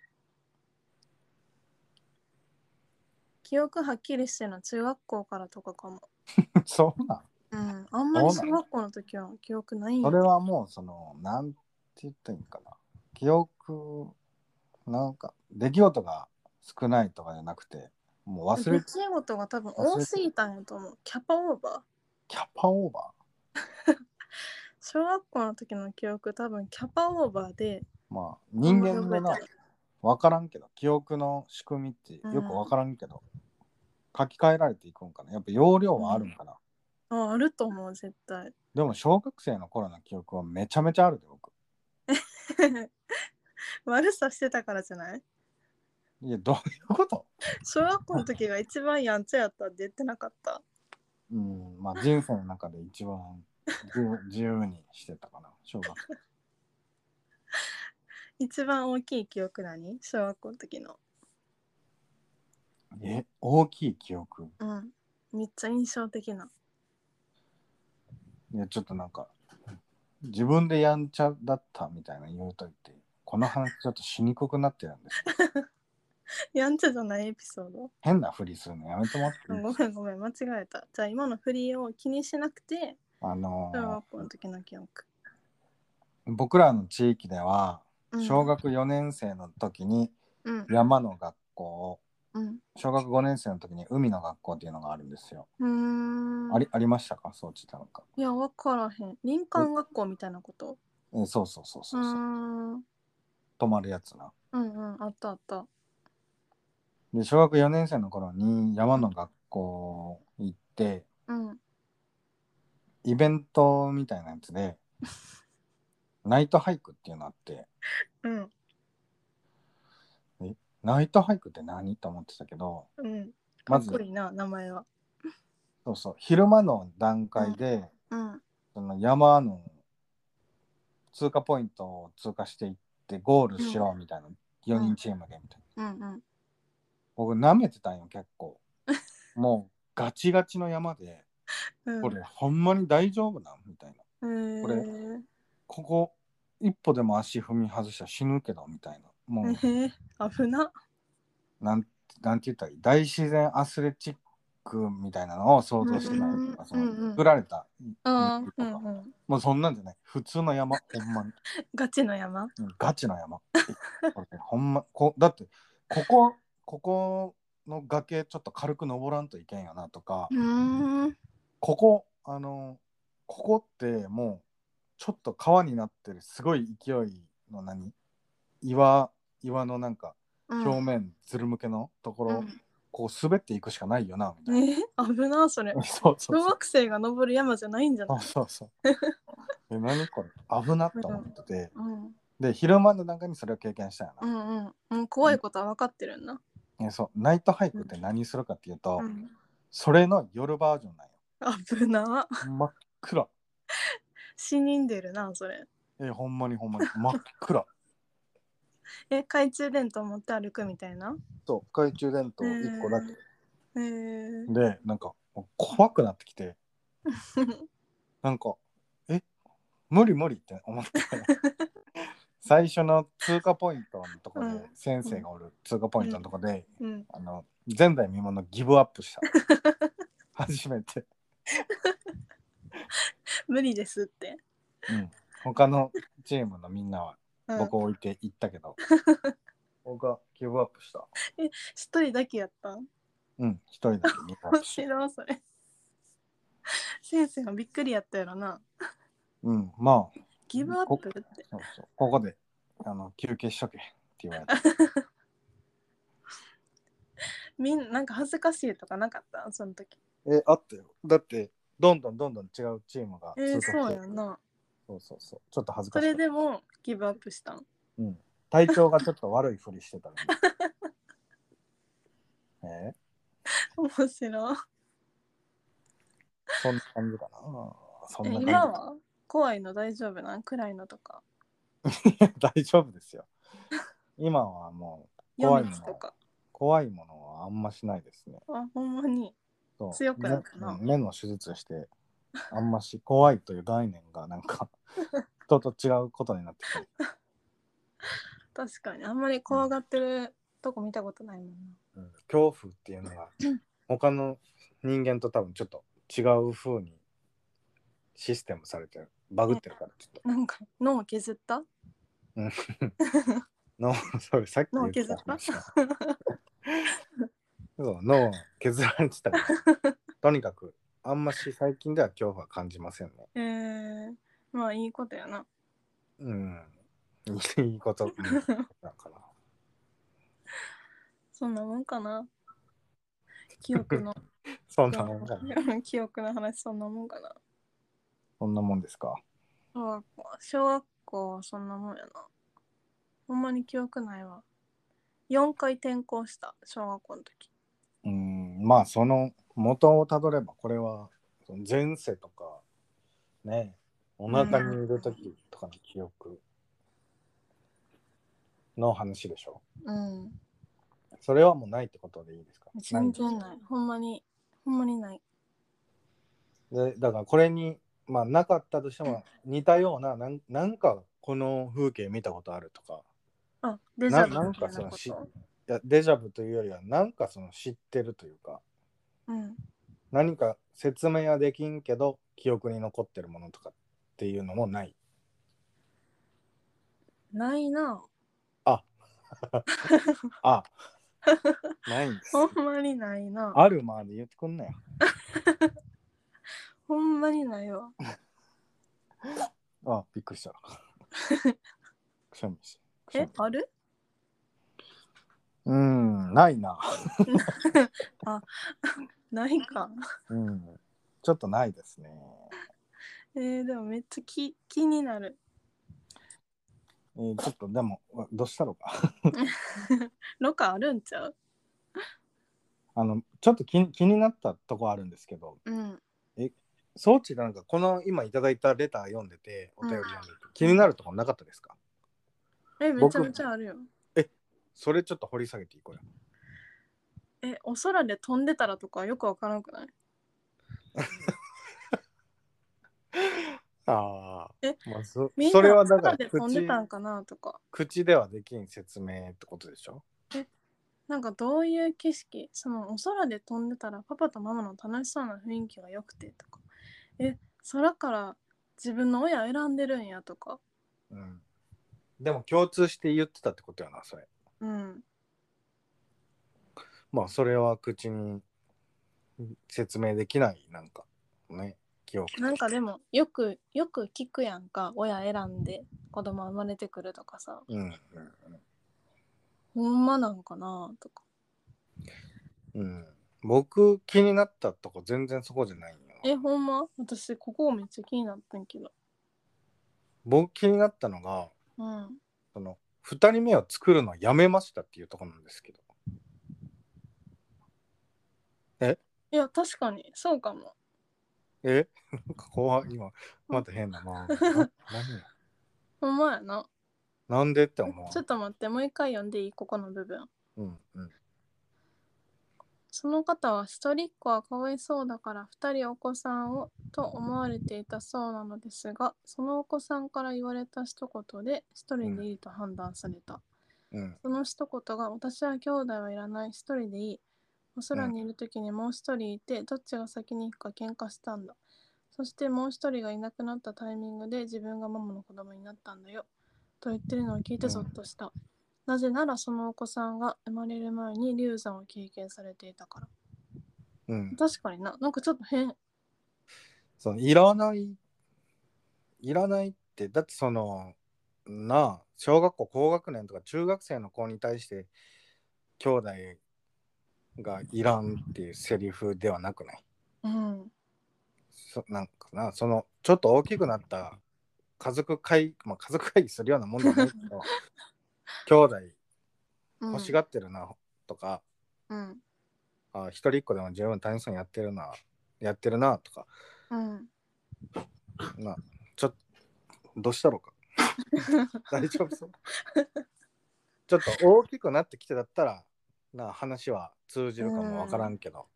Speaker 2: 記憶はっきりしてるの中学校からとかかも。
Speaker 1: そうなん
Speaker 2: うん。あんまり
Speaker 1: そう
Speaker 2: 小
Speaker 1: なの
Speaker 2: 学校の時は記憶ないんや
Speaker 1: それはもうそのなんて言ったらいいんかな記憶なんか出来事が少ないとかじゃなくてもう忘れ
Speaker 2: 出来事が多分多すぎたんやと思う。キャパオーバー。
Speaker 1: キャパオーバー
Speaker 2: 小学校の時の記憶多分キャパオーバーで。
Speaker 1: まあ人
Speaker 2: あ
Speaker 1: 間
Speaker 2: ん
Speaker 1: の
Speaker 2: まり
Speaker 1: な
Speaker 2: 覚えて
Speaker 1: 分からんけど記憶の仕組みってよく分からんけど、書き換えられていくんかなやっぱ容量はあるんかな、
Speaker 2: ないああると思う、絶対。
Speaker 1: でも小学生の頃の記憶はめちゃめちゃあるで僕
Speaker 2: 悪さしてたからじゃない
Speaker 1: いや、どういうこと
Speaker 2: 小学校の時が一番やんちゃやったって言ってなかった
Speaker 1: うん、 まあ人生の中で一番自由自由にしてたかな、小学校。
Speaker 2: 一番大きい記憶何小学校の時の
Speaker 1: え、大きい記憶。
Speaker 2: うんめっちゃ印象的ない
Speaker 1: や、ちょっとなんか、自分でやんちゃだったみたいな言うといて、この話ちょっとしにくくなってるんですよ。
Speaker 2: やんちゃじゃないエピソード
Speaker 1: 変なふりするのやめてもらっていい
Speaker 2: ごめんごめん間違えたじゃあ今の振りを気にしなくて
Speaker 1: あの
Speaker 2: 小
Speaker 1: ー
Speaker 2: 学校の時の記憶、
Speaker 1: 僕らの地域では、
Speaker 2: うん、
Speaker 1: 小学4年生の時に
Speaker 2: うん
Speaker 1: 山の学校、
Speaker 2: うん
Speaker 1: 小学5年生の時に海の学校っていうのがあるんですよ。
Speaker 2: うーん
Speaker 1: ありありましたかそうちたのか。
Speaker 2: いや分からへん林間学校みたいなこと
Speaker 1: えーそうそうそう
Speaker 2: う
Speaker 1: そうそう。
Speaker 2: ーん
Speaker 1: 泊まるやつな。
Speaker 2: うんうんあったあった
Speaker 1: で小学4年生の頃に山の学校行って
Speaker 2: うん
Speaker 1: イベントみたいなやつ でナイトハイクっていうのあって
Speaker 2: うん
Speaker 1: ナイトハイクって何と思ってたけど
Speaker 2: うんか
Speaker 1: ま
Speaker 2: っ
Speaker 1: ず
Speaker 2: こいいな名前は
Speaker 1: そうそう昼間の段階で、
Speaker 2: うん
Speaker 1: その山の通過ポイントを通過していってゴールしようみたいな、4人チームでみたいな
Speaker 2: うんうん
Speaker 1: 僕舐めてたんよ結 構もうガチガチの山で
Speaker 2: うん
Speaker 1: これほんまに大丈夫なんみたいな
Speaker 2: えー、
Speaker 1: これここ一歩でも足踏み外したら死ぬけどみたいなも
Speaker 2: え
Speaker 1: う
Speaker 2: ー、危な
Speaker 1: なんなんて言ったらいい大自然アスレチックみたいなのを想像してたりとかそ
Speaker 2: うんうんうんうん
Speaker 1: の売られた
Speaker 2: あー
Speaker 1: と
Speaker 2: う
Speaker 1: か
Speaker 2: んうん
Speaker 1: もうそんなんじゃない普通の山ほんまに
Speaker 2: ガチの
Speaker 1: う
Speaker 2: 山
Speaker 1: んガチの山これほんまこだってここここの崖ちょっと軽く登らんといけんよなとか
Speaker 2: うーん
Speaker 1: ここあのここってもうちょっと川になってるすごい勢いの何岩岩のなんか
Speaker 2: うん
Speaker 1: 表面ずるむけのところ、
Speaker 2: うん
Speaker 1: こう滑っていくしかないよなみたいな、
Speaker 2: えー、危なそれ
Speaker 1: そうそう
Speaker 2: 小
Speaker 1: そう
Speaker 2: 学生が登る山じゃないんじゃ
Speaker 1: そ
Speaker 2: な
Speaker 1: う
Speaker 2: い
Speaker 1: そうそう え何これ危なと思ってて、
Speaker 2: うん
Speaker 1: で昼間の中にそれを経験したよ
Speaker 2: う
Speaker 1: な、
Speaker 2: んうんもう怖いことは分かってるんだ
Speaker 1: えそうナイトハイクって何するかっていうと、
Speaker 2: うん
Speaker 1: それの夜バージョンなんよ
Speaker 2: 危な
Speaker 1: 真っ 暗
Speaker 2: 死人でるなそれ
Speaker 1: えほんまにほんまに真っ 暗
Speaker 2: え懐中電灯持って歩くみたいな
Speaker 1: そう懐中電灯1個だけ、
Speaker 2: えー、
Speaker 1: でなんかもう怖くなってきてなんかえ無理無理って 思って最初の通過ポイントのとこで、
Speaker 2: うん
Speaker 1: 先生がおる通過ポイントのとこで、
Speaker 2: うん
Speaker 1: あの前代未聞のギブアップした 初めて、
Speaker 2: 無理ですって、
Speaker 1: うん、他のチームのみんなは
Speaker 2: うん、
Speaker 1: 僕を置いて行ったけ ど、僕はギブアップした
Speaker 2: 一人だけやった
Speaker 1: うん一人だけギブアッ
Speaker 2: 面
Speaker 1: プした
Speaker 2: 白いそれ先生もびっくりやったやろな
Speaker 1: うんまあ
Speaker 2: ギブアップって
Speaker 1: そうそうここであの休憩しとけって言われた
Speaker 2: みんななんか恥ずかしいとかなかったその時
Speaker 1: え、あったよ。だって、どんどんどんどん違うチームが
Speaker 2: えー、そうやんな
Speaker 1: そうそうそう。ちょっと恥ず
Speaker 2: そ
Speaker 1: かし
Speaker 2: れ
Speaker 1: い。
Speaker 2: でもギブアップしたん
Speaker 1: 体調がちょっと悪いふりしてたのに。 え
Speaker 2: 面白い
Speaker 1: そんな感じかな。そんな
Speaker 2: え
Speaker 1: 感じ。
Speaker 2: 今は怖いの大丈夫なん暗いのとか
Speaker 1: 大丈夫ですよ。今はもう怖い
Speaker 2: 夜
Speaker 1: もの
Speaker 2: 道とか
Speaker 1: 怖いものはあんましないですね。
Speaker 2: あほんまに
Speaker 1: そう
Speaker 2: 強くなるかな
Speaker 1: 目うん目の手術して、あんまし怖いという概念がなん か人と違うことになってきてる。
Speaker 2: 確かにあんまり怖がってるとこ見たことないもんな
Speaker 1: うん恐怖っていうのが他の人間と多分ちょっと違う風にシステムされてるバグってるからちょっと
Speaker 2: なんか脳を削った
Speaker 1: 脳 それさっき
Speaker 2: 脳
Speaker 1: 言
Speaker 2: を削った
Speaker 1: 話そう脳削られてたからとにかくあんまし最近では恐怖は感じませんね
Speaker 2: えー、まあいいことやな
Speaker 1: うんいいことうんなんかな
Speaker 2: そんなもんかな記憶の
Speaker 1: そんなもんか な
Speaker 2: 記憶の話そんなもんかな
Speaker 1: そんなもんですか
Speaker 2: 小学校小学校そんなもんやなほんまに記憶ないわ4回転校した小学校の時
Speaker 1: うんまあその元をたどればこれはその前世とかねお腹にいる時とかの記憶の話でしょ
Speaker 2: うん
Speaker 1: それはもうないってことでいいですか
Speaker 2: 全然ないほんまにほんまにない
Speaker 1: でだからこれにまあなかったとしても似たようななんなんかこの風景見たことあるとか
Speaker 2: あデジャブ
Speaker 1: なな
Speaker 2: み
Speaker 1: ん
Speaker 2: た
Speaker 1: か
Speaker 2: いな
Speaker 1: その
Speaker 2: こ
Speaker 1: し
Speaker 2: と
Speaker 1: いやデジャブというよりはなんかその知ってるというか
Speaker 2: うん
Speaker 1: 何か説明はできんけど記憶に残ってるものとかっていうのもない
Speaker 2: ないな
Speaker 1: あないんです
Speaker 2: ほんまにないな
Speaker 1: あるまで言ってくんなよ
Speaker 2: ほんまにないわ
Speaker 1: あびっくりしたくしゃみしてくしゃ
Speaker 2: え
Speaker 1: み
Speaker 2: ある
Speaker 1: うんないな
Speaker 2: ないか
Speaker 1: うんちょっとないですね
Speaker 2: えー、でもめっちゃき気になる
Speaker 1: えーちょっとでもわどうしたろうか
Speaker 2: ロカあるんちゃう
Speaker 1: あのちょっと気に気になったとこあるんですけど
Speaker 2: うん
Speaker 1: 装置なんかこの今いただいたレター読んでてお便り読んでて、気になるとこなかったですか
Speaker 2: えめちゃめちゃあるよ
Speaker 1: それちょっと掘り下げていこうよ
Speaker 2: えお空で飛んでたらとかよくわからんくない
Speaker 1: ああ
Speaker 2: え、
Speaker 1: まあ、そ
Speaker 2: みんな
Speaker 1: それはだか
Speaker 2: 空
Speaker 1: ら
Speaker 2: で飛んで
Speaker 1: 口
Speaker 2: たんかなとか
Speaker 1: 口ではできん説明ってことでしょ
Speaker 2: なんかどういう景色そのお空で飛んでたらパパとママの楽しそうな雰囲気が良くてとかえ空から自分の親選んでるんやとか
Speaker 1: うんでも共通して言ってたってことやなそれ
Speaker 2: うん
Speaker 1: まあそれは口に説明できないなんかね記憶
Speaker 2: なんかでもよくよく聞くやんか親選んで子供生まれてくるとかさ
Speaker 1: うんうん
Speaker 2: ほんまなんかなとか
Speaker 1: うん、うん、僕気になったとこ全然そこじゃないんよ
Speaker 2: えほんま私ここめっちゃ気になったんけど
Speaker 1: 僕気になったのが
Speaker 2: うん
Speaker 1: その2人目を作るのやめましたっていうところなんですけど
Speaker 2: いや確かにそうかも
Speaker 1: え なんか怖い今また変だなな何
Speaker 2: ほんまやな
Speaker 1: なんでって思
Speaker 2: ちょっと待ってもう一回読んでいいここの部分
Speaker 1: う、うんうん、
Speaker 2: その方は一人っ子はかわいそうだから二人お子さんをと思われていたそうなのですがそのお子さんから言われた一言で一人でいいと判断された、
Speaker 1: うん
Speaker 2: その一言が私は兄弟はいらない一人でいいお空にいる時にもう一人いてどっちが先に行くか喧嘩したんだそしてもう一人がいなくなったタイミングで自分がママの子供になったんだよと言ってるのを聞いてゾッとした、なぜならそのお子さんが生まれる前に流産を経験されていたから
Speaker 1: うん、
Speaker 2: 確かにななんかちょっと変
Speaker 1: そのいらないいらないってだってそのなあ小学校高学年とか中学生の子に対して兄弟がいらんっていうセリフではなくない
Speaker 2: うん
Speaker 1: そなんかなそのちょっと大きくなった家族会、まあ、家族会議するようなもんじゃないけど 兄弟
Speaker 2: うん
Speaker 1: 欲しがってるなとか、
Speaker 2: うん
Speaker 1: あ一人っ子でも十分楽しそうにやってるなやってるなとか
Speaker 2: うん
Speaker 1: なちょっどうしたろうか 大丈夫そうちょっと大きくなってきてだったらな話は通じるかもわからんけど、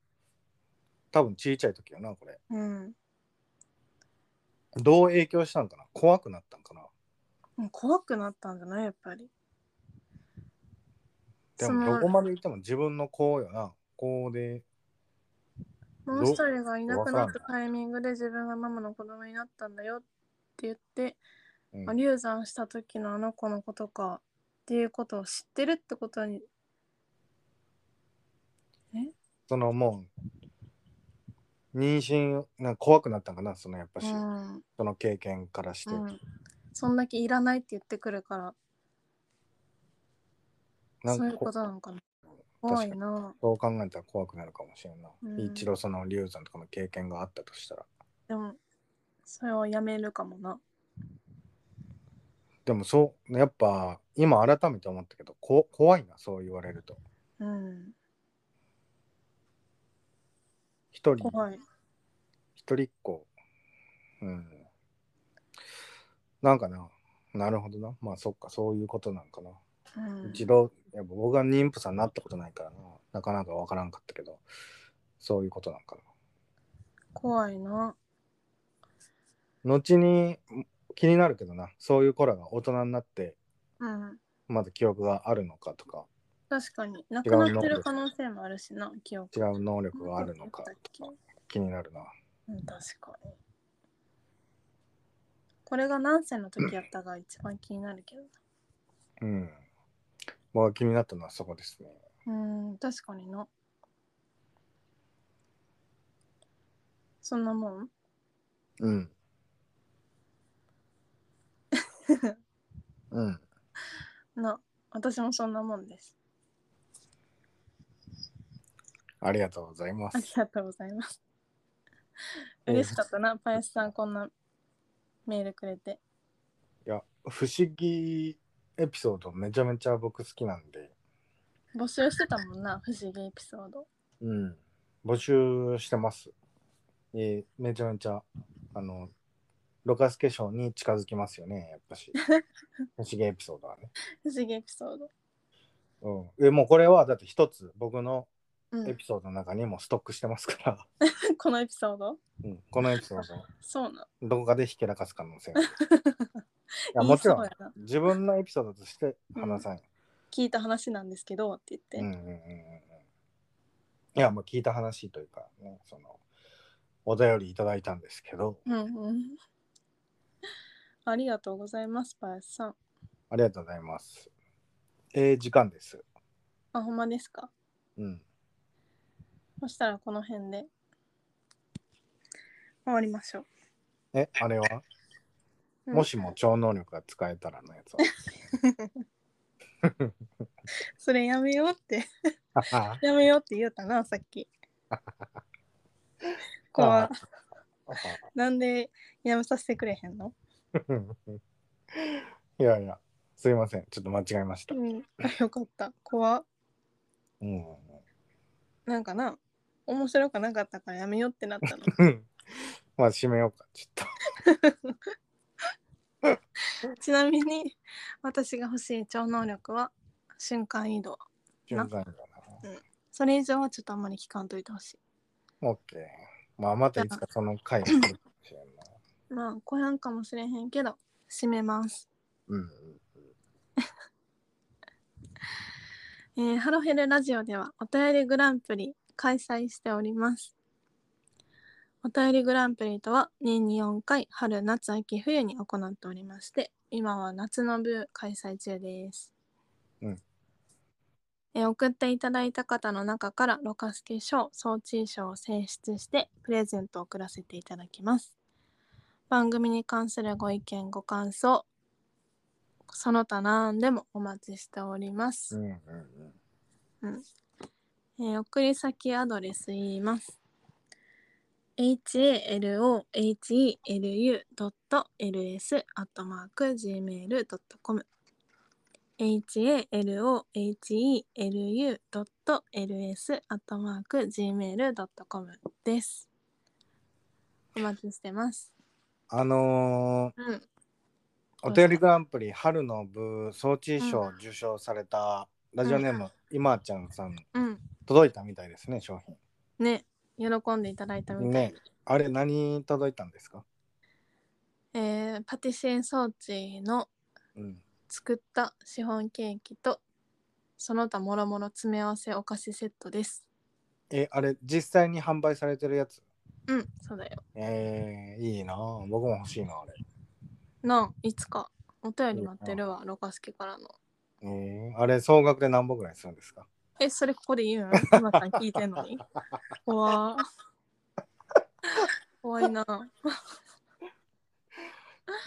Speaker 1: 多分ちいちゃい時よなこれ
Speaker 2: うん
Speaker 1: どう影響したんかな怖くなったんかな
Speaker 2: うん怖くなったんじゃないやっぱり
Speaker 1: で
Speaker 2: その
Speaker 1: もどこまで行っても自分の子よな子で
Speaker 2: もう一人がいなくなったタイミングで自分がママの子供になったんだよって言って、
Speaker 1: うん
Speaker 2: まあ、流産した時のあの子のことかっていうことを知ってるってことに
Speaker 1: そのもう妊娠なんか怖くなったんかなそのやっぱし、
Speaker 2: うん、うん、
Speaker 1: その経験からして、
Speaker 2: そんだけいらないって言ってくるから
Speaker 1: なん
Speaker 2: そう
Speaker 1: か
Speaker 2: いう
Speaker 1: こ
Speaker 2: ことなのかな
Speaker 1: 確
Speaker 2: 怖
Speaker 1: か
Speaker 2: い
Speaker 1: に
Speaker 2: な
Speaker 1: そう考えたら怖くなるかもしれんな、
Speaker 2: うん
Speaker 1: 一度その流産とかの経験があったとしたら
Speaker 2: でもそれをやめるかもな
Speaker 1: でもそうやっぱ今改めて思ったけどこ怖いなそう言われると
Speaker 2: うん、
Speaker 1: 一人
Speaker 2: 怖い。
Speaker 1: 一人っ子うんなんかななるほどなまあそっかそういうことなんかな、
Speaker 2: うん、
Speaker 1: 一度やっぱ僕が妊婦さんになったことないからななかなかわからんかったけどそういうことなんかな
Speaker 2: 怖いな。
Speaker 1: 後に気になるけどなそういう子らが大人になって
Speaker 2: うん、
Speaker 1: まだ記憶があるのかとか
Speaker 2: 確かに。なくなってる可能性もあるしな、記憶。
Speaker 1: 違う能力があるのかとか気になるな
Speaker 2: うん、確かに。これが何歳の時やったが一番気になるけど。
Speaker 1: うん僕が気になったのはそこですね
Speaker 2: うん、確かにな。そんなもん
Speaker 1: うんうん
Speaker 2: な、私もそんなもんです。
Speaker 1: ありがとうございま
Speaker 2: あり
Speaker 1: す
Speaker 2: がとうございます。
Speaker 1: えー
Speaker 2: 嬉しかったな、パヤスさんこんなメールくれて。
Speaker 1: いや不思議エピソードめちゃめちゃ僕好きなんで
Speaker 2: 募集してたもんな、不思議エピソード。
Speaker 1: うん、募集してます。えーめちゃめちゃ、あの、ロカスケ賞に近づきますよね、やっぱし。不思議エピソードはね。
Speaker 2: 不思議エピソード。
Speaker 1: うん、えもうこれはだって一つ僕の
Speaker 2: う
Speaker 1: エ
Speaker 2: ん、
Speaker 1: ピソードの中にもストックしてます から、
Speaker 2: このエピソード
Speaker 1: うん、このエピソー
Speaker 2: そうな。
Speaker 1: ドどこかでひけらかす可 能性があるいやもちろ
Speaker 2: 言い
Speaker 1: ん
Speaker 2: そうやな
Speaker 1: 自分のエピソードとして話さない。
Speaker 2: 聞いた話なんですけどって言って。
Speaker 1: うんうんうんうんうんいやもう聞いた話というか、ね、そのお便りいただいたんですけど、
Speaker 2: うんうん。ありがとうございます、パヤスさん。
Speaker 1: ありがとうございます。えー、時間です。
Speaker 2: あ、ほんまですか
Speaker 1: うん。
Speaker 2: そしたらこの辺で終わりましょう。
Speaker 1: え、あれは、
Speaker 2: うん
Speaker 1: もしも超能力が使えたらのやつ
Speaker 2: それやめようって、
Speaker 1: は。
Speaker 2: やめようって言うたな、さっ き。怖っなんでやめさせてくれへんの
Speaker 1: いやいや、すいません。ちょっと間違えました。うん。
Speaker 2: うん。あ よかった。怖っなんかな、面白くなかったからやめようってなったの。
Speaker 1: まあ、締めようか。ちょっ
Speaker 2: ちなみに私が欲しい超能力は瞬間移動
Speaker 1: と。順番だ
Speaker 2: それ以上はちょっとあんまり聞かんといてほし
Speaker 1: な。オッケー。まあ、またいつかその回が来るかもしれんな。
Speaker 2: いまあ来やんかもしれへんけど締めます
Speaker 1: うんうん。
Speaker 2: えーハロヘルラジオではお便りグランプリ開催しておりますお便りグランプリとは年に4回春夏秋冬に行っておりまして今は夏の部開催中です、
Speaker 1: うん
Speaker 2: えー送っていただいた方の中からろ過スケ賞総知賞を選出してプレゼントを送らせていただきます番組に関するご意見ご感想その他何でもお待ちしております、
Speaker 1: うんうんうん。
Speaker 2: えー送り先アドレス言います。halohelu.ls.gmail.com halohelu.ls.gmail.com です。お待ちしてます。
Speaker 1: あのー、
Speaker 2: うん。
Speaker 1: お便りグランプリ春の部総知賞を受賞されたラジオネーム、今ちゃんさん
Speaker 2: うん。
Speaker 1: 届いたみたいですね商
Speaker 2: ね、喜んでいただいたみたい
Speaker 1: 品。ねあれ何届いたんですか、
Speaker 2: えーパティシエ装置の
Speaker 1: うん、
Speaker 2: 作ったシフォンケーキとその他もろもろ詰め合わせお菓子セットです
Speaker 1: えあれ実際に販売されてるやつ
Speaker 2: うんそうだよ
Speaker 1: えー、いいなあ僕も欲しいなあれ、
Speaker 2: なあいつかお便り待ってるわロカスケからの
Speaker 1: えー、あれ総額で何本ぐらいするんですか
Speaker 2: えそれここで 言うん今さん聞いてんのに怖怖いな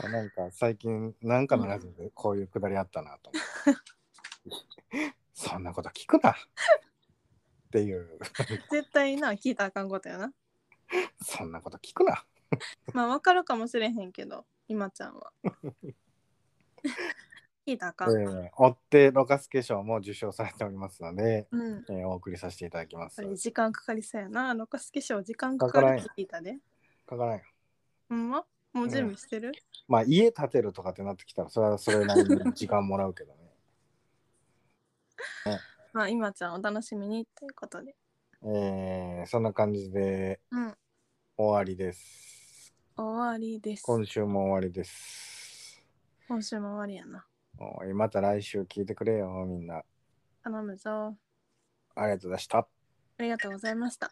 Speaker 1: あなんか最近なんかのラジオでこういうくだりあったなと思ってそんなこと聞くなっていう
Speaker 2: 絶対な聞いたらあかんことやな
Speaker 1: そんなこと聞くな
Speaker 2: まあわかるかもしれへんけど今ちゃんは聞いた
Speaker 1: え
Speaker 2: か。
Speaker 1: ー、追ってろ過スケ賞も受賞されておりますので、
Speaker 2: うん。
Speaker 1: えーお送りさせていただきます
Speaker 2: あ。れ時間かかりそうやな。ロカスケ賞時間か
Speaker 1: か
Speaker 2: か
Speaker 1: からん
Speaker 2: る
Speaker 1: や
Speaker 2: って聞いたで。
Speaker 1: かからんよ
Speaker 2: ほんまもう準備してる、
Speaker 1: まあ家建てるとかってなってきたらそれはそれなりに時間もらうけどね。
Speaker 2: まあ今ちゃんお楽しみにということで。
Speaker 1: えー、そんな感じで
Speaker 2: うん。
Speaker 1: 終わりです。
Speaker 2: 終わりです。
Speaker 1: 今週も終わりです。
Speaker 2: 今週も終わりやな。
Speaker 1: おいまた来週聞いてくれよみんな。
Speaker 2: 頼むぞ。
Speaker 1: ありがとうございました。
Speaker 2: ありがとうございました。